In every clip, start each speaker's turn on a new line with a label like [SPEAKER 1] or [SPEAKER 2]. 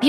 [SPEAKER 1] 美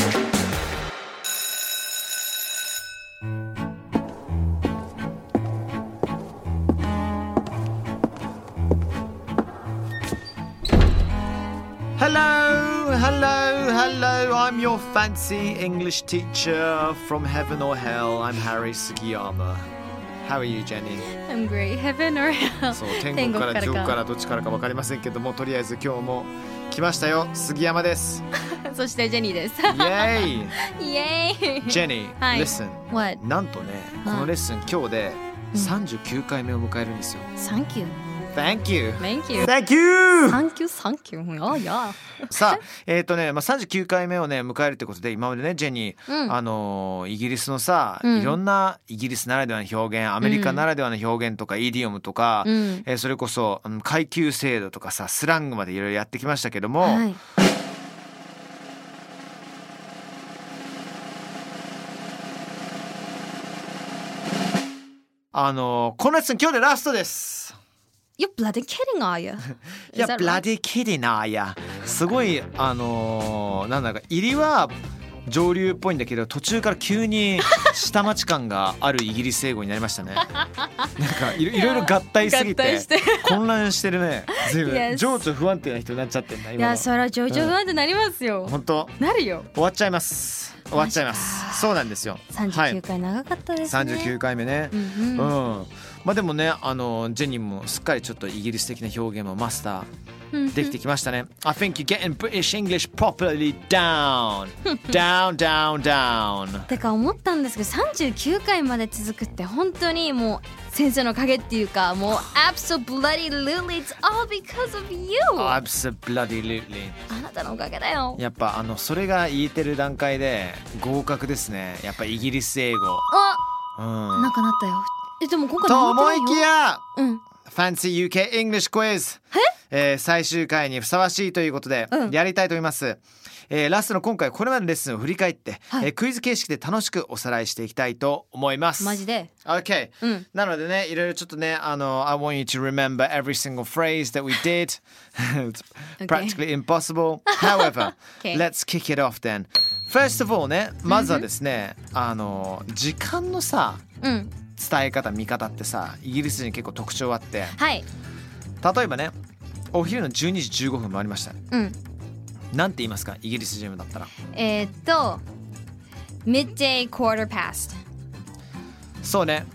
[SPEAKER 2] Hello, hello, hello. I'm your fancy English teacher from heaven or hell. I'm Harry Sugiyama. How are you, Jenny?
[SPEAKER 3] I'm great. Heaven or hell.
[SPEAKER 2] そう天国から地獄からどっちからか分かりませんけどもとりあえず今日も来ましたよ杉山です
[SPEAKER 3] そしてジェニー です。
[SPEAKER 2] イエ
[SPEAKER 3] イエー
[SPEAKER 2] ーイ
[SPEAKER 3] イ
[SPEAKER 2] ジェニ ー、
[SPEAKER 3] はい
[SPEAKER 2] listen
[SPEAKER 3] What?
[SPEAKER 2] なんとねこのレッスン今日で39回目を迎えるんですよ、
[SPEAKER 3] Thank you.
[SPEAKER 2] Thank you
[SPEAKER 3] Thank you.
[SPEAKER 2] Thank you
[SPEAKER 3] Thank you. Thank you. Oh yeah.
[SPEAKER 2] さあえっ、とね、まあ、39回目をね迎えるってことで今までねジェニー、
[SPEAKER 3] うん
[SPEAKER 2] あのーイギリスのさ、
[SPEAKER 3] うん
[SPEAKER 2] いろんなイギリスならではの表現アメリカならではの表現とか、イディオムとか、
[SPEAKER 3] うん。
[SPEAKER 2] えーそれこそ、うん、階級制度とかさスラングまでいろいろやってきましたけども、
[SPEAKER 3] はい。
[SPEAKER 2] あのーこのレッスン今日でラストです
[SPEAKER 3] You bloody kidding are
[SPEAKER 2] い
[SPEAKER 3] you?
[SPEAKER 2] や
[SPEAKER 3] Is that
[SPEAKER 2] ブラディキディナーやすごいあのーなんだか入りは上流っぽいんだけど途中から急に下町感があるイギリス英語になりま したねなんかいろいろいろ合体しすぎ
[SPEAKER 3] 合体
[SPEAKER 2] て
[SPEAKER 3] して。
[SPEAKER 2] 混乱してるね随分
[SPEAKER 3] Yes
[SPEAKER 2] 情緒不安定な人になっちゃってんだ
[SPEAKER 3] い
[SPEAKER 2] 今
[SPEAKER 3] や
[SPEAKER 2] の
[SPEAKER 3] それは情緒不安定になりますよ。
[SPEAKER 2] 本当
[SPEAKER 3] なるよ。
[SPEAKER 2] 終わっちゃいます終わっちゃいますそうなんですよ
[SPEAKER 3] 三十
[SPEAKER 2] は
[SPEAKER 3] 九
[SPEAKER 2] い、
[SPEAKER 3] 回長かったですね。
[SPEAKER 2] 39。回目ね、
[SPEAKER 3] うん
[SPEAKER 2] う
[SPEAKER 3] うんん。
[SPEAKER 2] まあでもねあのジェニーもすっかりちょっとイギリス的な表現もマスターできてきましたね。I think you're getting British English properly down down down down
[SPEAKER 3] てか思ったんですけど39回まで続くって本当にもう先生の影っていうかもう absolutely it's all because of you
[SPEAKER 2] absolutely
[SPEAKER 3] あなたのおかげだよ
[SPEAKER 2] やっぱあのそれが言えてる段階で合格ですねやっぱイギリス英語
[SPEAKER 3] あ
[SPEAKER 2] う
[SPEAKER 3] なんんかなったよ。え、でも今回
[SPEAKER 2] と
[SPEAKER 3] なんも
[SPEAKER 2] 思
[SPEAKER 3] ない
[SPEAKER 2] い
[SPEAKER 3] よ
[SPEAKER 2] きや
[SPEAKER 3] うん。
[SPEAKER 2] Fancy UK English Quiz えー最終回にふさわしいということで
[SPEAKER 3] うん
[SPEAKER 2] やりたいと思います、えーラストの今回これまでのレッスンを振り返って、
[SPEAKER 3] は
[SPEAKER 2] え
[SPEAKER 3] い
[SPEAKER 2] ークイズ形式で楽しくおさらいしていきたいと思います
[SPEAKER 3] マジで。
[SPEAKER 2] OK
[SPEAKER 3] うん。
[SPEAKER 2] なのでねいろいろちょっとねあの I want you to remember every single phrase that we did It's practically impossible however
[SPEAKER 3] Okay.
[SPEAKER 2] let's kick it off then first of all ねまずはですね、あの時間のさ
[SPEAKER 3] うん。
[SPEAKER 2] 伝え方見方ってさイギリス人結構特徴あって
[SPEAKER 3] はい。
[SPEAKER 2] 例えばねお昼の12時15分もありました
[SPEAKER 3] うん。
[SPEAKER 2] なんて言いますかイギリス人だったら
[SPEAKER 3] えー、っと、midday quarter past,
[SPEAKER 2] そうね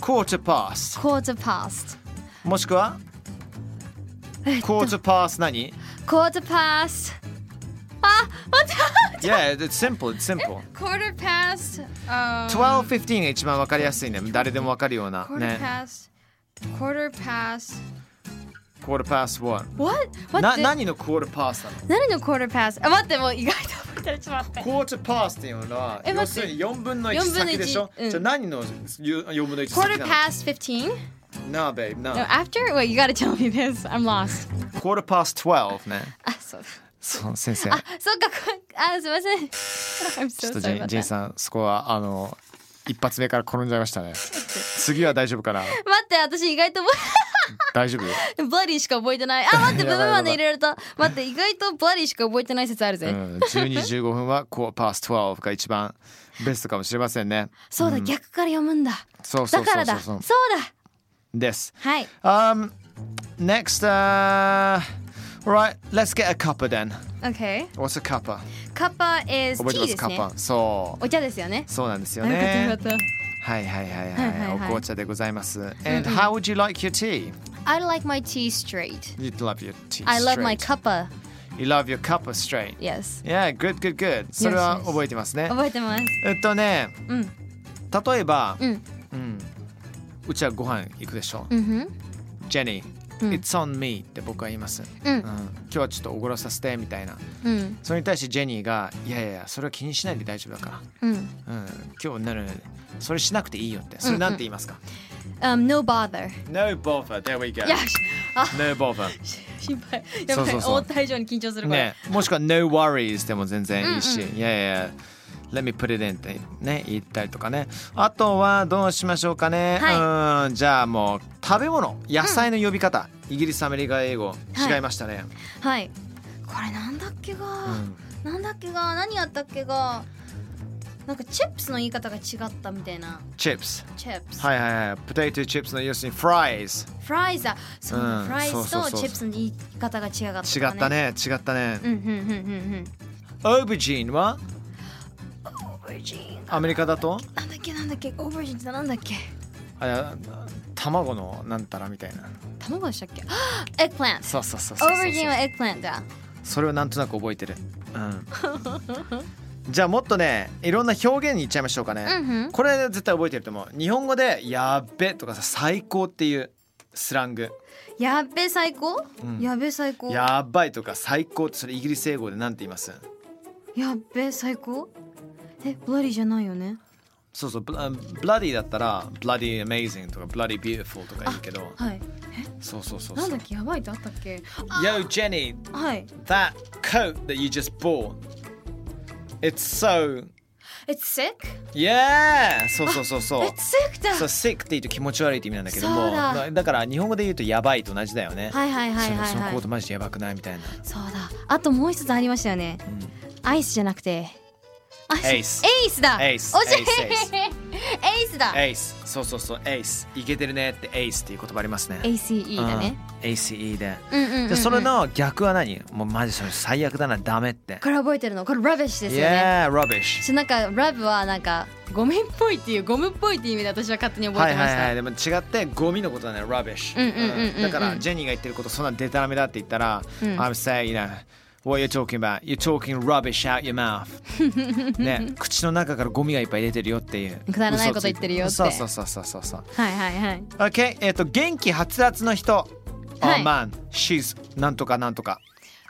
[SPEAKER 2] quarter past
[SPEAKER 3] quarter past,
[SPEAKER 2] もしくは quarter past 何
[SPEAKER 3] quarter past. あ、待って
[SPEAKER 2] Yeah it's simple it's simple
[SPEAKER 3] quarter past. あー
[SPEAKER 2] 12.15が一番わかりやすいね誰でもわかるような
[SPEAKER 3] quarter
[SPEAKER 2] ね
[SPEAKER 3] past. quarter past.
[SPEAKER 2] quarter past what
[SPEAKER 3] What? 待っ
[SPEAKER 2] な
[SPEAKER 3] て。
[SPEAKER 2] 何の quarter past なの
[SPEAKER 3] 何の quarter past? あ、待って、もう意外と覚えたらちょっと 待って。
[SPEAKER 2] quarter past っていうのは
[SPEAKER 3] え
[SPEAKER 2] 要
[SPEAKER 3] 待
[SPEAKER 2] す
[SPEAKER 3] って
[SPEAKER 2] るに4分の1
[SPEAKER 3] 1/4
[SPEAKER 2] 先でしょ、
[SPEAKER 3] うん
[SPEAKER 2] じゃあ何の4分の1先
[SPEAKER 3] quarter
[SPEAKER 2] なの
[SPEAKER 3] past 15?
[SPEAKER 2] No babe no
[SPEAKER 3] No, after? Wait, you gotta tell me this. I'm lost.
[SPEAKER 2] quarter past 12ね
[SPEAKER 3] あ、そうだ。
[SPEAKER 2] そう先生
[SPEAKER 3] あ、そっか、こあ、すみません。I'm
[SPEAKER 2] ちょ
[SPEAKER 3] so
[SPEAKER 2] っと
[SPEAKER 3] sorry
[SPEAKER 2] ジ
[SPEAKER 3] about
[SPEAKER 2] ェ
[SPEAKER 3] that.
[SPEAKER 2] イジェイさんそこはあの一発目から転んじゃいましたね次は大丈夫かな
[SPEAKER 3] 待って、私意外と
[SPEAKER 2] 大丈夫
[SPEAKER 3] ブラディしか覚えてない。あ、待って、ブ
[SPEAKER 2] や
[SPEAKER 3] ブ
[SPEAKER 2] ばいやばい
[SPEAKER 3] まで入れると。待って、意外とブラディしか覚えてない説ある
[SPEAKER 2] う
[SPEAKER 3] ぜ。
[SPEAKER 2] ん、1215分はこうパス12が一番ベストかもしれませんね
[SPEAKER 3] そうだ、逆から読むんだ。
[SPEAKER 2] そうそ
[SPEAKER 3] だ
[SPEAKER 2] う
[SPEAKER 3] か
[SPEAKER 2] そ
[SPEAKER 3] ら
[SPEAKER 2] うそ
[SPEAKER 3] だ。
[SPEAKER 2] う
[SPEAKER 3] そ
[SPEAKER 2] そうう
[SPEAKER 3] だ。
[SPEAKER 2] です
[SPEAKER 3] はい。
[SPEAKER 2] Um next、uh, Alright, let's get a cuppa then.
[SPEAKER 3] Okay.
[SPEAKER 2] What's a cuppa?
[SPEAKER 3] カッパ is
[SPEAKER 2] 覚え
[SPEAKER 3] tea で
[SPEAKER 2] て
[SPEAKER 3] す
[SPEAKER 2] ます、
[SPEAKER 3] ね。
[SPEAKER 2] カッパ。そ
[SPEAKER 3] お茶ですよね
[SPEAKER 2] う。。そうなんです
[SPEAKER 3] あ
[SPEAKER 2] よ
[SPEAKER 3] よかったよ
[SPEAKER 2] ね。
[SPEAKER 3] かっ
[SPEAKER 2] はいはいはい
[SPEAKER 3] はい
[SPEAKER 2] は。
[SPEAKER 3] はいい
[SPEAKER 2] お
[SPEAKER 3] はい
[SPEAKER 2] 紅茶でございます。And how would you like your tea?
[SPEAKER 3] た。I like my tea straight.
[SPEAKER 2] You'd love your tea.
[SPEAKER 3] I love my
[SPEAKER 2] straight.
[SPEAKER 3] cuppa.
[SPEAKER 2] You love your cuppa straight.
[SPEAKER 3] Yes.
[SPEAKER 2] Yeah, good, good, good. それは
[SPEAKER 3] yes.
[SPEAKER 2] 覚えてますね。
[SPEAKER 3] 覚えてます。
[SPEAKER 2] えっとね、
[SPEAKER 3] うん。
[SPEAKER 2] 例えば、
[SPEAKER 3] うん。
[SPEAKER 2] うん、うちはご飯行くでしょ。
[SPEAKER 3] うんふん。
[SPEAKER 2] ジェニー、
[SPEAKER 3] うん
[SPEAKER 2] It's on me って僕は言います。
[SPEAKER 3] う
[SPEAKER 2] うんん。今日はちょっとおごらさせてみたいな。
[SPEAKER 3] うん。
[SPEAKER 2] それに対してジェニーが、いやいやいや、それは気にしないで大丈夫だか
[SPEAKER 3] うん。
[SPEAKER 2] ら。うん、今日なるなるそれしなくていいよって。それなんて言いますか、
[SPEAKER 3] Um, no bother.
[SPEAKER 2] ?No bother, there we go.
[SPEAKER 3] いや、しあ、
[SPEAKER 2] No bother.
[SPEAKER 3] 心配。やば
[SPEAKER 2] そ
[SPEAKER 3] い。
[SPEAKER 2] うそうそう
[SPEAKER 3] 思った以上に緊張するこれ。
[SPEAKER 2] ね、もしくは No worries でも全然いいし、
[SPEAKER 3] うん
[SPEAKER 2] いやいや、Let me put it in ってね、言ったりとかね。あとはどうしましょうかね。うん、じゃあもう食べ物、野菜の呼び方、イギリス、アメリカ、英語、
[SPEAKER 3] はい
[SPEAKER 2] 違いましたね。
[SPEAKER 3] はい。これなんだっけが。
[SPEAKER 2] うん
[SPEAKER 3] なんだっけが何やったっけがなんかチップスの言い方が違ったみたいな
[SPEAKER 2] Chips。
[SPEAKER 3] チップス、
[SPEAKER 2] はいはいはい。ポテトチップスの要するにフライズ。
[SPEAKER 3] フライザーそう、
[SPEAKER 2] うん
[SPEAKER 3] フライ
[SPEAKER 2] そう
[SPEAKER 3] ズ
[SPEAKER 2] そうそう
[SPEAKER 3] と
[SPEAKER 2] そう
[SPEAKER 3] チップスの言い方が違かった
[SPEAKER 2] 違ったね、違ったね
[SPEAKER 3] う。んうんうんうんうん
[SPEAKER 2] オーブジーンは
[SPEAKER 3] オーバージーン
[SPEAKER 2] アメリカだと
[SPEAKER 3] なんだっけなんだっけオーバージーンってなんだっけ
[SPEAKER 2] あれ卵のなんたらみたいな。
[SPEAKER 3] 卵でしたっけ あエッグプラント
[SPEAKER 2] そうそうそう
[SPEAKER 3] オ
[SPEAKER 2] そうそう
[SPEAKER 3] ーバージーンはエッグプラントだ
[SPEAKER 2] それをなんとなく覚えてる。うん。じゃあもっとね、いろんな表現にいっちゃいましょうかね。
[SPEAKER 3] うんうん
[SPEAKER 2] これ絶対覚えてると思う。日本語で「やっべ」とかさ「最高」っていうスラング
[SPEAKER 3] やっべ最高、
[SPEAKER 2] うん
[SPEAKER 3] やっべ最
[SPEAKER 2] 「
[SPEAKER 3] 高や
[SPEAKER 2] やばい」とか「最高」ってそれイギリス英語でなんて言います
[SPEAKER 3] っべ最高えブラリーじゃないよね
[SPEAKER 2] そうそうブラブラディだったら「ブラディ・アメイジング」とか「ブラディ・ビューフォー」とか言うけど
[SPEAKER 3] はい
[SPEAKER 2] そうそうそう
[SPEAKER 3] なん
[SPEAKER 2] そ
[SPEAKER 3] だ
[SPEAKER 2] う
[SPEAKER 3] っけやばいってあったっけ
[SPEAKER 2] Yo Jenny
[SPEAKER 3] はい
[SPEAKER 2] that coat that you just bought it's so
[SPEAKER 3] It's sick?
[SPEAKER 2] yeah そうそうそうそう
[SPEAKER 3] It's sick だ
[SPEAKER 2] そう sick って言うと気持ち悪いって意味なんだけども
[SPEAKER 3] そうだ
[SPEAKER 2] だだから日本語で言うとやばいと同じだよね
[SPEAKER 3] はいはいはいはい
[SPEAKER 2] そのその
[SPEAKER 3] は
[SPEAKER 2] コ
[SPEAKER 3] い
[SPEAKER 2] ートマジでやばくないみたいな
[SPEAKER 3] そうだあともう一つありましたよね、アイスじゃなくてア
[SPEAKER 2] エイス
[SPEAKER 3] エイスだ
[SPEAKER 2] エイス
[SPEAKER 3] おし
[SPEAKER 2] エイスエイス
[SPEAKER 3] エイスだ
[SPEAKER 2] エイスそうそうそうエイスいけてるねってエイスっていう言葉ありますね
[SPEAKER 3] ACE だね
[SPEAKER 2] うん ACE で
[SPEAKER 3] うんうんうんうん
[SPEAKER 2] でそれの逆は何もうマジそれ最悪だなダメって
[SPEAKER 3] これ覚えてるのこれラビッシュですよね
[SPEAKER 2] Yeah rubbish
[SPEAKER 3] そうなんかラブはなんかゴミっぽいっていうゴムっぽいっていう意味で私は勝手に覚
[SPEAKER 2] は
[SPEAKER 3] え
[SPEAKER 2] い
[SPEAKER 3] てま
[SPEAKER 2] は
[SPEAKER 3] し
[SPEAKER 2] い
[SPEAKER 3] た
[SPEAKER 2] はいでも違ってゴミのことだね rubbish
[SPEAKER 3] うんうんうんうんうん
[SPEAKER 2] うんだからジェニーが言ってることそんなデタラメだって言ったら I'm saying you know what you're talking about you're talking rubbish out your mouth ね口の中からゴミがいっぱい出てるよっていう
[SPEAKER 3] くだらないこと言ってるよって
[SPEAKER 2] そうそうそうそうそうそう
[SPEAKER 3] はいはいはい
[SPEAKER 2] OK えっと元気はつらつの人 Oh
[SPEAKER 3] はい
[SPEAKER 2] man she's なんとかなんとか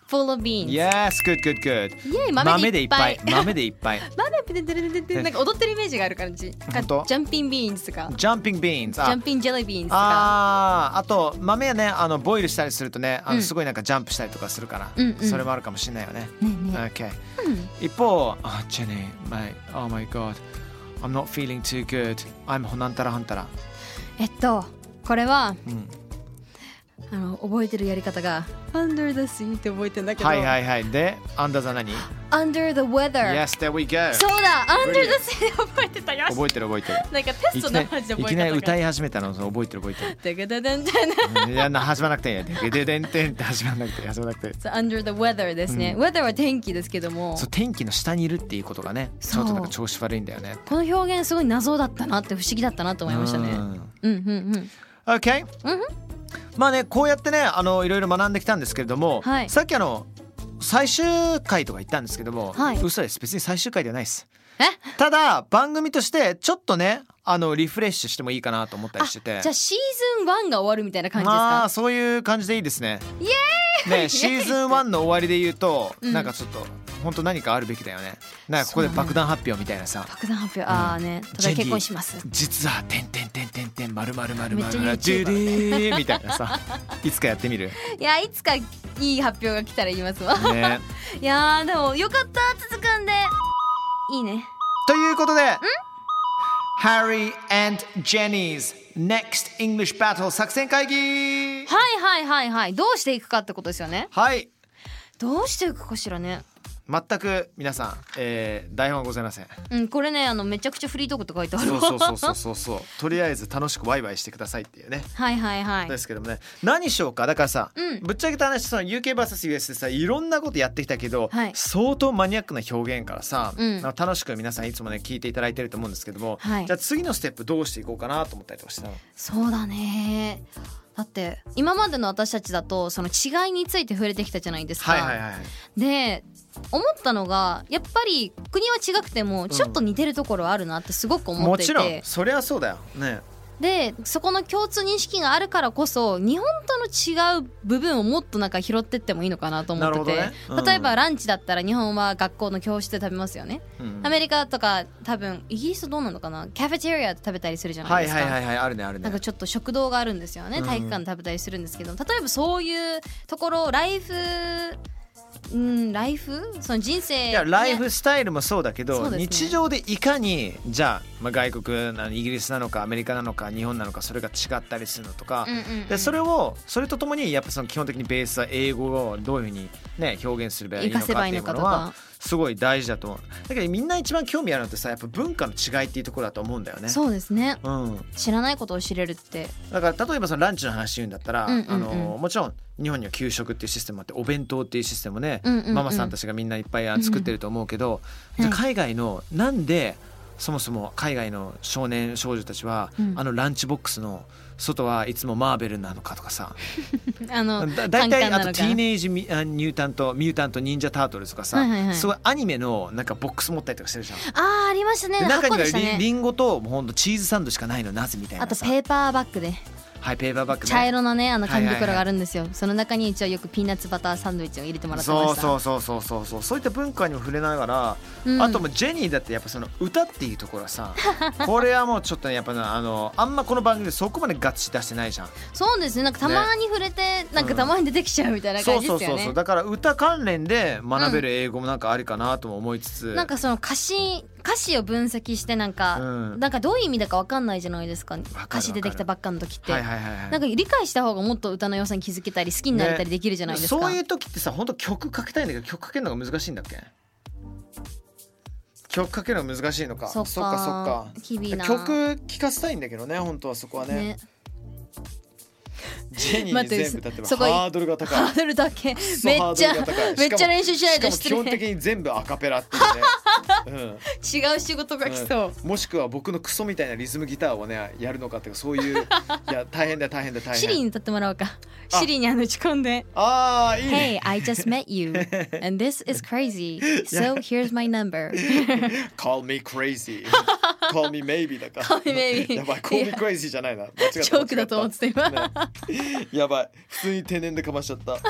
[SPEAKER 3] Full of beans
[SPEAKER 2] Yes, good, good, good.
[SPEAKER 3] イエイ
[SPEAKER 2] 豆
[SPEAKER 3] 豆
[SPEAKER 2] で
[SPEAKER 3] で
[SPEAKER 2] い
[SPEAKER 3] い
[SPEAKER 2] っ
[SPEAKER 3] っ
[SPEAKER 2] ぱ
[SPEAKER 3] ぱ
[SPEAKER 2] い
[SPEAKER 3] い。
[SPEAKER 2] 豆でいっぱ い。
[SPEAKER 3] ラビでてるてるてるなんか踊ってるイメージがある感じなん
[SPEAKER 2] 本当
[SPEAKER 3] かジャンピンビーンズとかジ
[SPEAKER 2] Jumping beans.
[SPEAKER 3] ャ
[SPEAKER 2] あ
[SPEAKER 3] ンピンジェリービーンズとか
[SPEAKER 2] あーあと豆はねあのボイルしたりするとねあ
[SPEAKER 3] う
[SPEAKER 2] の
[SPEAKER 3] ん
[SPEAKER 2] すごいなんかジャンプしたりとかするから、
[SPEAKER 3] うんうん
[SPEAKER 2] それもあるかもしれないよね。
[SPEAKER 3] ねえね
[SPEAKER 2] OK、一方、あ、ジェニー、my, oh my god, I'm not feeling too good. I'm ほなんたらはんたら。
[SPEAKER 3] ええっとこれは
[SPEAKER 2] うん、
[SPEAKER 3] あの覚えてるやり方が Under the sea って覚えてんだけど、
[SPEAKER 2] はいはいはい。で、under the 何
[SPEAKER 3] Under the weather、
[SPEAKER 2] ?Yes, there we go.
[SPEAKER 3] そうだ Under the
[SPEAKER 2] Brilliant
[SPEAKER 3] sea で覚えてたよし
[SPEAKER 2] 覚えてる覚え てる。
[SPEAKER 3] なんかテ
[SPEAKER 2] い
[SPEAKER 3] スト
[SPEAKER 2] き
[SPEAKER 3] の
[SPEAKER 2] な
[SPEAKER 3] マジで
[SPEAKER 2] りい
[SPEAKER 3] 覚
[SPEAKER 2] き
[SPEAKER 3] え
[SPEAKER 2] な
[SPEAKER 3] て
[SPEAKER 2] り
[SPEAKER 3] た
[SPEAKER 2] 歌い始めたのそう覚えてる覚えてる。
[SPEAKER 3] だけどだんだん
[SPEAKER 2] いやな始まらなくていいんやでででんてんって始まらなくて始まらなくて
[SPEAKER 3] Under the weather ですね、weather は天気ですけども
[SPEAKER 2] そう天気の下にいるっていうことがねち
[SPEAKER 3] そ
[SPEAKER 2] ょ
[SPEAKER 3] う
[SPEAKER 2] っとなんか調子悪いんだよね
[SPEAKER 3] この表現すごい謎だったなって不思議だったなと思いましたね
[SPEAKER 2] う
[SPEAKER 3] う
[SPEAKER 2] ん
[SPEAKER 3] んうんうん
[SPEAKER 2] OK、
[SPEAKER 3] うん
[SPEAKER 2] まあねこうやってねあのいろいろ学んできたんですけれども、
[SPEAKER 3] はい
[SPEAKER 2] さっきあの最終回とか言ったんですけども、
[SPEAKER 3] はい
[SPEAKER 2] 嘘です別に最終回ではないです
[SPEAKER 3] え
[SPEAKER 2] ただ番組としてちょっとねあのリフレッシュしてもいいかなと思ったりしてて
[SPEAKER 3] じゃあシーズン1が終わるみたいな感じです
[SPEAKER 2] まあ
[SPEAKER 3] か
[SPEAKER 2] そういう感じでいいですねねシーズン1の終わりで言うと、
[SPEAKER 3] うん
[SPEAKER 2] なんかちょっと本当何かあるべきだよねなんかここで爆弾発表みたいなさ
[SPEAKER 3] 爆弾発表ああねただ結婚します
[SPEAKER 2] 実はてんてんてんてんてんまるまるまるま
[SPEAKER 3] めっち
[SPEAKER 2] る
[SPEAKER 3] ゃ
[SPEAKER 2] まる
[SPEAKER 3] YouTuber
[SPEAKER 2] ドゥルーみたいなさいつかやってみる
[SPEAKER 3] いやいつかいい発表が来たら言いますわ
[SPEAKER 2] ね
[SPEAKER 3] いやーでもよかった続くんでいいね
[SPEAKER 2] ということで Harry and Jenny's Next English Battle 作戦会議
[SPEAKER 3] はいはいはいはいどうしていくかってことですよね
[SPEAKER 2] はい
[SPEAKER 3] どうしていくかしらね
[SPEAKER 2] 全く皆さん、えー台本はございません
[SPEAKER 3] うん、これねあのめちゃくちゃフリートークって書いてある
[SPEAKER 2] そ
[SPEAKER 3] わ
[SPEAKER 2] うそうそうそうそうそうとりあえず楽しくワイワイしてくださいっていうね
[SPEAKER 3] はいはいはい
[SPEAKER 2] ですけどもね何しようかだからさ、
[SPEAKER 3] うん
[SPEAKER 2] ぶっちゃけた話その UKVSUS でさいろんなことやってきたけど、
[SPEAKER 3] はい
[SPEAKER 2] 相当マニアックな表現からさ、
[SPEAKER 3] うん
[SPEAKER 2] あの楽しく皆さんいつもね聞いていただいてると思うんですけども、
[SPEAKER 3] はい
[SPEAKER 2] じゃあ次のステップどうしていこうかなと思ったりとかしたの。
[SPEAKER 3] そうだねだって今までの私たちだとその違いについて触れてきたじゃないですか、
[SPEAKER 2] はいはいはい、
[SPEAKER 3] で思ったのがやっぱり国は違くてもちょっと似てるところはあるなってすごく思
[SPEAKER 2] も
[SPEAKER 3] っていて、
[SPEAKER 2] ちろんそりゃそうだよね
[SPEAKER 3] でそこの共通認識があるからこそ日本との違う部分をもっとなんか拾ってってもいいのかなと思って
[SPEAKER 2] なる
[SPEAKER 3] て、
[SPEAKER 2] ほどねうん
[SPEAKER 3] 例えばランチだったら日本は学校の教室で食べますよね、
[SPEAKER 2] うん
[SPEAKER 3] アメリカとか多分イギリスどうなのかなカフェテリアで食べたりするじゃな
[SPEAKER 2] はいい
[SPEAKER 3] ですか、
[SPEAKER 2] はいはいはいあるねある
[SPEAKER 3] な
[SPEAKER 2] ね
[SPEAKER 3] んかちょっと食堂があるんですよね
[SPEAKER 2] うん
[SPEAKER 3] 体育館で食べたりするんですけど、例えばそういうところライフうんライフその人生
[SPEAKER 2] いやライ
[SPEAKER 3] ね
[SPEAKER 2] フスタイルもそうだけ
[SPEAKER 3] そ
[SPEAKER 2] ど、
[SPEAKER 3] うですね
[SPEAKER 2] 日常でいかにじゃあ、まあ、外国なのイギリスなのかアメリカなのか日本なのかそれが違ったりするのとか、
[SPEAKER 3] うんうんうん
[SPEAKER 2] でそれをそれとともにやっぱその基本的にベースは英語をどういうふうにね表現すればいいのかっていうものはすごい大事だと思うだけどみんな一番興味あるのってさやっぱ文化の違いっていうところだと思うんだよね。
[SPEAKER 3] そうですね
[SPEAKER 2] うん、
[SPEAKER 3] 知らないことを知れるって
[SPEAKER 2] だから例えばそのランチの話言うんだったら、
[SPEAKER 3] うんうんうん
[SPEAKER 2] あのもちろん日本には給食っていうシステムもあってお弁当っていうシステムもね、
[SPEAKER 3] うんうんうん
[SPEAKER 2] ママさんたちがみんないっぱいあ作ってると思うけど、
[SPEAKER 3] うんう
[SPEAKER 2] じゃあ
[SPEAKER 3] ん
[SPEAKER 2] 海外のなんでそもそも海外の少年少女たちは、
[SPEAKER 3] うん
[SPEAKER 2] あのランチボックスの外はいつもマーベルなのかとかさ
[SPEAKER 3] あの
[SPEAKER 2] だ大体
[SPEAKER 3] 簡単な
[SPEAKER 2] あ
[SPEAKER 3] の
[SPEAKER 2] と
[SPEAKER 3] か
[SPEAKER 2] ティーネイジミあニュータントミュータント忍者タートルズとかさ、
[SPEAKER 3] はいはいはい
[SPEAKER 2] すごいアニメのなんかボックス持ったりとかしてるじゃん。
[SPEAKER 3] あーありましたね
[SPEAKER 2] で中
[SPEAKER 3] 箱
[SPEAKER 2] には
[SPEAKER 3] でした
[SPEAKER 2] リ,、
[SPEAKER 3] ね
[SPEAKER 2] リンゴともうほんとチーズサンドしかないのなぜみたい
[SPEAKER 3] あ
[SPEAKER 2] な
[SPEAKER 3] と
[SPEAKER 2] さ
[SPEAKER 3] ペーパーバッグで
[SPEAKER 2] はいペーパーバッグ、ね、
[SPEAKER 3] 茶色のねあの紙
[SPEAKER 2] はいはいは
[SPEAKER 3] 袋
[SPEAKER 2] い
[SPEAKER 3] があるんですよ、その中に一応よくピーナッツバターサンドイッチを入れてもらってま
[SPEAKER 2] そう
[SPEAKER 3] した
[SPEAKER 2] そうそうそうそうそうそういった文化にも触れながら、
[SPEAKER 3] うん
[SPEAKER 2] あともうジェニーだってやっぱその歌っていうところは さこれはもうちょっとねやっぱなあのあんまこの番組でそこまでガッチ出してないじゃん
[SPEAKER 3] そうですねなんかたまに触れて、なんかたまに出てきちゃうみたいな
[SPEAKER 2] そ
[SPEAKER 3] 感
[SPEAKER 2] う
[SPEAKER 3] じ
[SPEAKER 2] そ
[SPEAKER 3] で
[SPEAKER 2] う
[SPEAKER 3] す
[SPEAKER 2] そ
[SPEAKER 3] よ
[SPEAKER 2] うそ
[SPEAKER 3] ね
[SPEAKER 2] うだから歌関連で学べる英語もなんかありかなとも思いつつ、
[SPEAKER 3] なんかその歌詞歌詞を分析してなんか、
[SPEAKER 2] うん
[SPEAKER 3] なんかどういう意味だかわかんないじゃないですか歌詞出てきたばっかの時って、
[SPEAKER 2] はいはいはいはい
[SPEAKER 3] なんか理解した方がもっと歌の良さに気づけたり好きになれたりできるじゃないですか、
[SPEAKER 2] そういう時ってさ本当曲かけたいんだけど曲かけるのが難しいんだっけ曲かけるの難しいのか
[SPEAKER 3] そっか
[SPEAKER 2] そっかそっか
[SPEAKER 3] 厳いな
[SPEAKER 2] 曲聴かせたいんだけどね本当はそこはね
[SPEAKER 3] ね
[SPEAKER 2] ジェニーに
[SPEAKER 3] 待って
[SPEAKER 2] 全部だってば
[SPEAKER 3] そこ
[SPEAKER 2] ハードルが高
[SPEAKER 3] ハ
[SPEAKER 2] い
[SPEAKER 3] ードルだけ
[SPEAKER 2] ソ
[SPEAKER 3] め
[SPEAKER 2] ハ
[SPEAKER 3] っ
[SPEAKER 2] ー
[SPEAKER 3] ち
[SPEAKER 2] ド
[SPEAKER 3] ゃ
[SPEAKER 2] ルが高い
[SPEAKER 3] めっ
[SPEAKER 2] しか
[SPEAKER 3] ちゃ
[SPEAKER 2] も
[SPEAKER 3] 練習しない
[SPEAKER 2] しか
[SPEAKER 3] と
[SPEAKER 2] も
[SPEAKER 3] 失
[SPEAKER 2] 基本的
[SPEAKER 3] 礼
[SPEAKER 2] に全部アカペラっていうね、 うん
[SPEAKER 3] 違う仕事が来そう、
[SPEAKER 2] うんもしくは僕のクソみたいなリズムギターをねやるのかっていうかそう いういや大変だよ大変だよ大変
[SPEAKER 3] シリーに歌ってもらおうか
[SPEAKER 2] あ
[SPEAKER 3] シリーにあの打ち込んで
[SPEAKER 2] ああいいね
[SPEAKER 3] Hey, I just met you, and this is crazy. So here's my number.
[SPEAKER 2] Call me crazy Call me maybe だから
[SPEAKER 3] Call me maybe
[SPEAKER 2] やばい Call me crazy じゃないな間違 った
[SPEAKER 3] ジョークだと思ってた今
[SPEAKER 2] 間違ったやばい普通に定年でかましちゃったね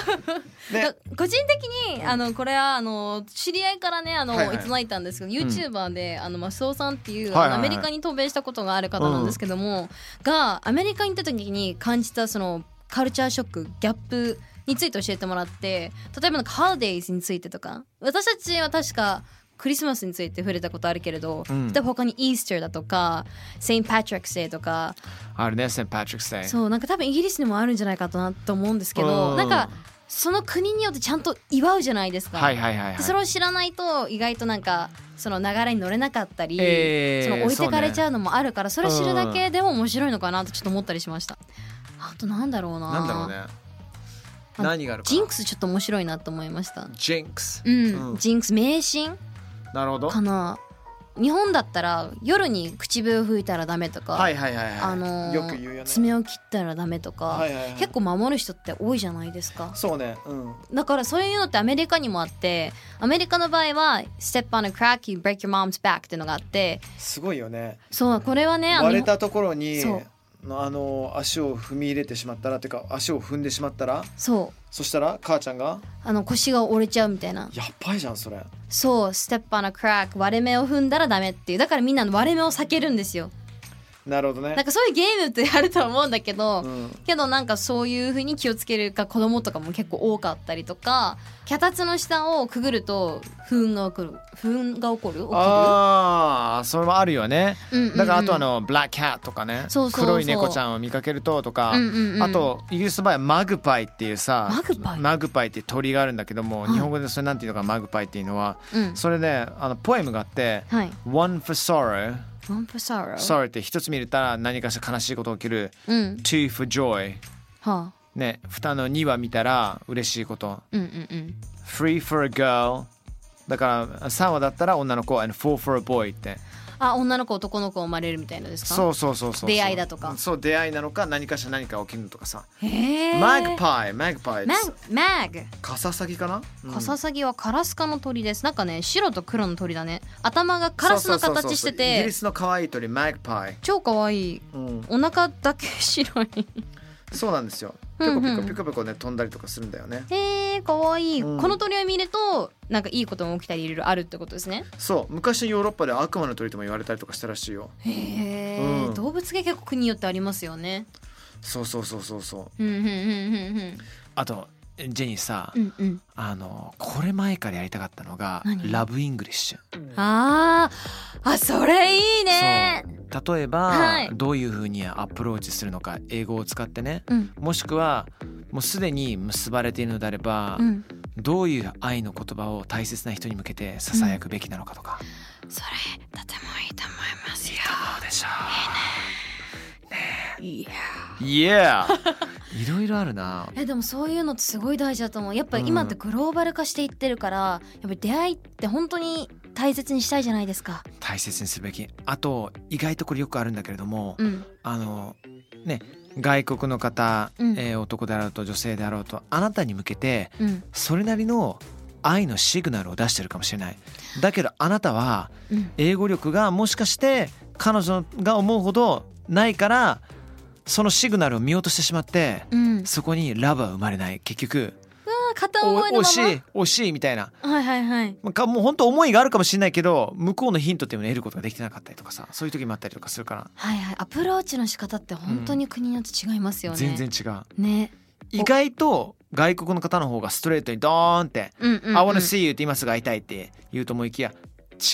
[SPEAKER 3] 個人的にあのこれはあの知り合いからねあの、
[SPEAKER 2] はい
[SPEAKER 3] い
[SPEAKER 2] はい
[SPEAKER 3] つないたんですけど、YouTuber であのマスオさんってい
[SPEAKER 2] はい
[SPEAKER 3] う、
[SPEAKER 2] はい
[SPEAKER 3] あ
[SPEAKER 2] はい
[SPEAKER 3] のアメリカに渡米したことがある方なんですけども、がアメリカに行った時に感じたそのカルチャーショックギャップについて教えてもらって例えばなんかハーデイズについてとか私たちは確かクリスマスについて触れたことあるけれど、
[SPEAKER 2] うん
[SPEAKER 3] 例えば他にイースターだとかセイン・パトリックス・デーとか
[SPEAKER 2] あるね St. Patrick's Day
[SPEAKER 3] そうなんか多分イギリスにもあるんじゃないかなと思うんですけど、
[SPEAKER 2] うん
[SPEAKER 3] なんかその国によってちゃんと祝うじゃないですか、
[SPEAKER 2] はいはいはい、はい、
[SPEAKER 3] でそれを知らないと意外となんかその流れに乗れなかったり、
[SPEAKER 2] えー
[SPEAKER 3] その置いてかれちゃうのもあるからそ,、
[SPEAKER 2] ね
[SPEAKER 3] れ知るだけでも面白いのかなとちょっと思ったりしましたあとなんだろうな
[SPEAKER 2] なんだろうね
[SPEAKER 3] あ
[SPEAKER 2] 何があるかな
[SPEAKER 3] ジンクスちょっと面白いなと思いました
[SPEAKER 2] ジンクス
[SPEAKER 3] うん、
[SPEAKER 2] うん
[SPEAKER 3] ジンクス迷信
[SPEAKER 2] なるほど
[SPEAKER 3] かな日本だったら夜に口笛を吹いたらダメとか、
[SPEAKER 2] はいはいはいはい
[SPEAKER 3] あのー
[SPEAKER 2] よく言うよね
[SPEAKER 3] 爪を切ったらダメとか、
[SPEAKER 2] はいはいはい
[SPEAKER 3] 結構守る人って多いじゃないですか
[SPEAKER 2] そうねうん
[SPEAKER 3] だからそういうのってアメリカにもあってアメリカの場合は「step on a crack you break your mom's back」っていうのがあって
[SPEAKER 2] すごいよね
[SPEAKER 3] そうこれはねあの
[SPEAKER 2] 割れたところに
[SPEAKER 3] そう
[SPEAKER 2] のあの足を踏み入れてしまったらというか足を踏んでしまったら
[SPEAKER 3] そう
[SPEAKER 2] そしたら母ちゃんが
[SPEAKER 3] あの腰が折れちゃうみたいな
[SPEAKER 2] やっばいじゃんそれ
[SPEAKER 3] そう「step on a crack 割れ目を踏んだらダメ」っていうだからみんな割れ目を避けるんですよ
[SPEAKER 2] なるほど
[SPEAKER 3] なん
[SPEAKER 2] ね。
[SPEAKER 3] かそういうゲームってあるとは思うんだけど、
[SPEAKER 2] うん
[SPEAKER 3] けどなんかそういう風に気をつけるか子供とかも結構多かったりとか脚立の下をくぐると不運が起こる不運が起こる起きる
[SPEAKER 2] ああ、それもあるよね。
[SPEAKER 3] うんうんうん
[SPEAKER 2] だからあとあのブラックキャットとかね
[SPEAKER 3] そうそうそう
[SPEAKER 2] 黒い猫ちゃんを見かけるととか、
[SPEAKER 3] うんうんうん
[SPEAKER 2] あとイギリスの場合はマグパイっていうさ
[SPEAKER 3] マグパイ
[SPEAKER 2] っていう鳥があるんだけども、
[SPEAKER 3] はい
[SPEAKER 2] 日本語でそれなんていうのかマグパイっていうのは
[SPEAKER 3] うん
[SPEAKER 2] それであのポエムがあって「
[SPEAKER 3] はい
[SPEAKER 2] One for sorrow」
[SPEAKER 3] 「One for sorrow」
[SPEAKER 2] 「sorrow」って一つ見れたら何かしら悲しいことが起きる
[SPEAKER 3] うん
[SPEAKER 2] 「two for joy
[SPEAKER 3] はあ」
[SPEAKER 2] ね蓋の2は見たら嬉しいこと
[SPEAKER 3] うんうんうん
[SPEAKER 2] 「three for a girl」だから3話だったら女の子「and four for a boy」って
[SPEAKER 3] あ女の子男の子生まれるみたいなですか
[SPEAKER 2] そううそうそうそう
[SPEAKER 3] 出会いだとか
[SPEAKER 2] そう出会いなのか何かしら何か起きるのとかさ
[SPEAKER 3] へえ
[SPEAKER 2] マグパイ、マグパイ。
[SPEAKER 3] マグマグ
[SPEAKER 2] カササギかな？うん
[SPEAKER 3] カササギはカラス科の鳥ですなんかね白と黒の鳥だね頭がカラス
[SPEAKER 2] そう
[SPEAKER 3] の
[SPEAKER 2] そうそうそう
[SPEAKER 3] 形して
[SPEAKER 2] イギリ
[SPEAKER 3] て
[SPEAKER 2] スの可愛い鳥マグパイ。
[SPEAKER 3] 超可愛い
[SPEAKER 2] うん、
[SPEAKER 3] お腹だけ白い
[SPEAKER 2] そうなんですよ。ピ
[SPEAKER 3] うんう
[SPEAKER 2] コ
[SPEAKER 3] ん
[SPEAKER 2] ピコピコピコね飛んだりとかするんだよね。
[SPEAKER 3] へえかわいい、
[SPEAKER 2] うん
[SPEAKER 3] この鳥を見るとなんかいいことも起きたりいろいろあるってことですね
[SPEAKER 2] そう、昔のヨーロッパでは悪魔の鳥とも言われたりとかしたらしいよ。
[SPEAKER 3] へえ、
[SPEAKER 2] うん
[SPEAKER 3] 動物系結構国によってありますよね
[SPEAKER 2] そうそうそうそうそう。
[SPEAKER 3] うんうんうんうん
[SPEAKER 2] あとジェニーさ、
[SPEAKER 3] うんうん
[SPEAKER 2] あのこれ前からやりたかったのが
[SPEAKER 3] 何
[SPEAKER 2] ラブイングリッシュ。
[SPEAKER 3] うんあーあそれいいね
[SPEAKER 2] そう例えば、
[SPEAKER 3] はい
[SPEAKER 2] どういうふうにアプローチするのか英語を使ってね
[SPEAKER 3] うん
[SPEAKER 2] もしくはもうすでに結ばれているのであれば、
[SPEAKER 3] うん
[SPEAKER 2] どういう愛の言葉を大切な人に向けてささやくべきなのかとか、
[SPEAKER 3] それとてもいいと思いますよ
[SPEAKER 2] どうでしょ
[SPEAKER 3] いや
[SPEAKER 2] ういやいろいろある な
[SPEAKER 3] えでもそういうのってすごい大事だと思うやっぱ今ってグローバル化していってるから、やっぱり出会いって本当に大切にしたいじゃないですか
[SPEAKER 2] 大切にすべきあと意外とこれよくあるんだけれども、
[SPEAKER 3] うん
[SPEAKER 2] あのね外国の方、
[SPEAKER 3] うん
[SPEAKER 2] えー男であろうと女性であろうとあなたに向けて
[SPEAKER 3] うん
[SPEAKER 2] それなりの愛のシグナルを出してるかもしれないだけどあなたは
[SPEAKER 3] うん
[SPEAKER 2] 英語力がもしかして彼女が思うほどないからそのシグナルを見落としてしまって
[SPEAKER 3] うん
[SPEAKER 2] そこにラブは生まれない結局
[SPEAKER 3] あ片
[SPEAKER 2] お
[SPEAKER 3] 思いのまま
[SPEAKER 2] 惜しい惜しいみたいな
[SPEAKER 3] はいはいはい
[SPEAKER 2] まあかもう本当思いがあるかもしれないけど向こうのヒントっていうのを得ることができてなかったりとかさそういう時もあったりとかするか
[SPEAKER 3] はいはいアプローチの仕方って本当に国によって違いますよ
[SPEAKER 2] ら
[SPEAKER 3] ね、
[SPEAKER 2] 全然違う
[SPEAKER 3] ね
[SPEAKER 2] 意外と外国の方の方がストレートにドーンって
[SPEAKER 3] うん
[SPEAKER 2] 「I wanna see you」って今すぐ会いたいって言うと思いきや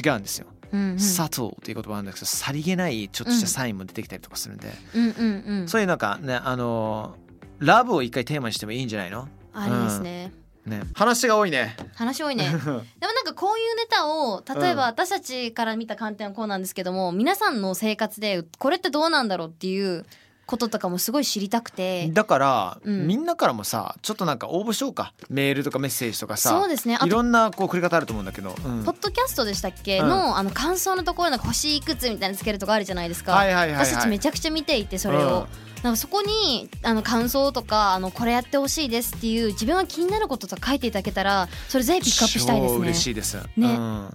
[SPEAKER 2] 違うんですよ
[SPEAKER 3] うんう
[SPEAKER 2] 「
[SPEAKER 3] ん
[SPEAKER 2] subtle」っていう言葉なんだけどさりげないちょっとしたサインも出てきたりとかするんで
[SPEAKER 3] うんうんうん
[SPEAKER 2] そういうなんかねあのーラブを一回テーマにしてもいいんじゃないの
[SPEAKER 3] あれですね、
[SPEAKER 2] ね話が多いね
[SPEAKER 3] 話 多いねでもなんかこういうネタを例えば私たちから見た観点はこうなんですけども、皆さんの生活でこれってどうなんだろうっていうこととかもすごい知りたくて
[SPEAKER 2] だから、
[SPEAKER 3] うん
[SPEAKER 2] みんなからもさちょっとなんか応募しようかメールとかメッセージとかさ
[SPEAKER 3] そうですねあ
[SPEAKER 2] い
[SPEAKER 3] と
[SPEAKER 2] ろんなこう繰り方あると思うんだけど、うん
[SPEAKER 3] ポッドキャストでしたっけ、
[SPEAKER 2] うん
[SPEAKER 3] のあの感想のところの星いくつみたいなのつけるとかあるじゃないですか、
[SPEAKER 2] はいはいはいはい
[SPEAKER 3] 私たちめちゃくちゃ見ていてそれを、なんかそこにあの感想とかあのこれやってほしいですっていう自分が気になることとか書いていただけたらそれぜひピックアップしたいです
[SPEAKER 2] 超
[SPEAKER 3] ね。
[SPEAKER 2] 嬉しいです、う
[SPEAKER 3] ね
[SPEAKER 2] ん、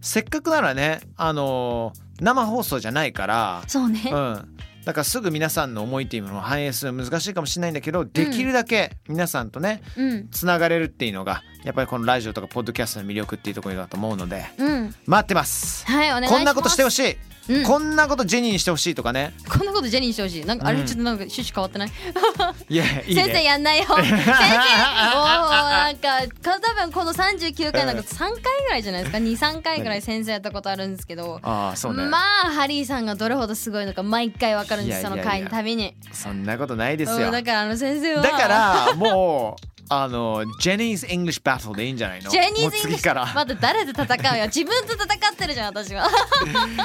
[SPEAKER 2] せっかくならねあのー生放送じゃないから、
[SPEAKER 3] そうね、
[SPEAKER 2] うん、だからすぐ皆さんの思いっていうものを反映するのは難しいかもしれないんだけど、できるだけ皆さんとね
[SPEAKER 3] うん、
[SPEAKER 2] つながれるっていうのがやっぱりこのラジオとかポッドキャストの魅力っていうところだと思うので
[SPEAKER 3] うん、
[SPEAKER 2] 待ってます
[SPEAKER 3] はいお願いします。
[SPEAKER 2] こんなことしてほしい、
[SPEAKER 3] うん
[SPEAKER 2] こんなことジェニーにしてほしいとかね
[SPEAKER 3] こんなことジェニーにしてほしい。なんかあれ
[SPEAKER 2] うん
[SPEAKER 3] ちょっとなんか趣旨変わってな い。
[SPEAKER 2] いやいいね
[SPEAKER 3] 先生やんないよ。先生、もうなんかか多分この三十九回なんか三回ぐらいじゃないですか。二三回ぐらい先生やったことあるんですけど。
[SPEAKER 2] ああそうね、
[SPEAKER 3] まあハリーさんがどれほどすごいのか毎回わかるんです
[SPEAKER 2] いやいやいや
[SPEAKER 3] その回のために
[SPEAKER 2] そんなことないです
[SPEAKER 3] う
[SPEAKER 2] よ
[SPEAKER 3] ん
[SPEAKER 2] だか
[SPEAKER 3] だからあの先生は
[SPEAKER 2] らもうあのジェニーズ・イングリッシュ・バトルでいいんじゃないの
[SPEAKER 3] ジェニーズイン
[SPEAKER 2] もう
[SPEAKER 3] グリッ
[SPEAKER 2] 次
[SPEAKER 3] シュ
[SPEAKER 2] から
[SPEAKER 3] また誰と戦うよ自分と戦ってるじゃん私は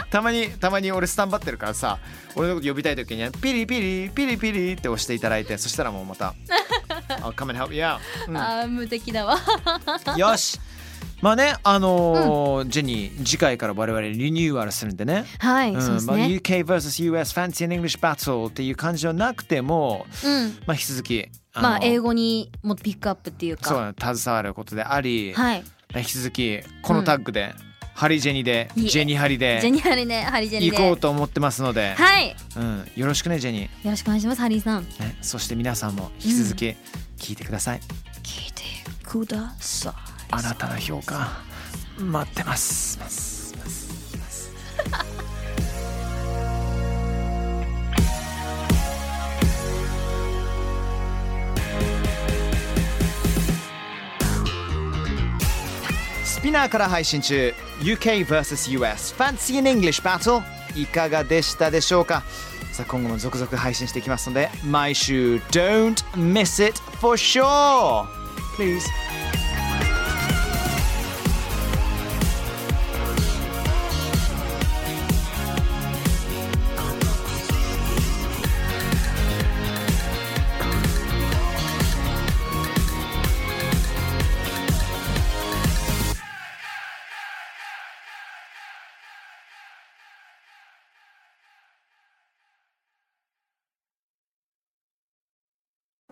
[SPEAKER 2] たまにたまに俺スタンバってるからさ俺のこと呼びたい時にはピリピリピリピリ って押していただいてそしたらもうまた「あ come and help you out
[SPEAKER 3] あー無敵だわ
[SPEAKER 2] うん」よしまあねあのージェニー次回から我々リニューアルするんでね
[SPEAKER 3] はい、
[SPEAKER 2] うん
[SPEAKER 3] そうです
[SPEAKER 2] まあ、
[SPEAKER 3] ね、
[SPEAKER 2] UK vs.US Fancy and English Battle っていう感じはなくても、
[SPEAKER 3] うん
[SPEAKER 2] まあ、引き続きあの
[SPEAKER 3] まあ英語にもっとピックアップっていうか
[SPEAKER 2] そう携わることであり、
[SPEAKER 3] はい
[SPEAKER 2] 引き続きこのタッグで、ハリジェニで
[SPEAKER 3] いえ
[SPEAKER 2] ジェニハリで
[SPEAKER 3] ジェニーハリねハリジェニー
[SPEAKER 2] 行
[SPEAKER 3] で
[SPEAKER 2] こうと思ってますので、
[SPEAKER 3] はいよ
[SPEAKER 2] うん、よろしくねジェニー。
[SPEAKER 3] ろしくお願いしますハリーさん
[SPEAKER 2] ね、そして皆さんも引き続き聞いてください、
[SPEAKER 3] 聞いてください
[SPEAKER 2] あなたの評価待ってますますます
[SPEAKER 3] スピナーから配信中 UKVSUS Fancy in English Battle いかがでしたでしょうかさあ今後も続々配信していきますので毎週 Don't miss it for sure Please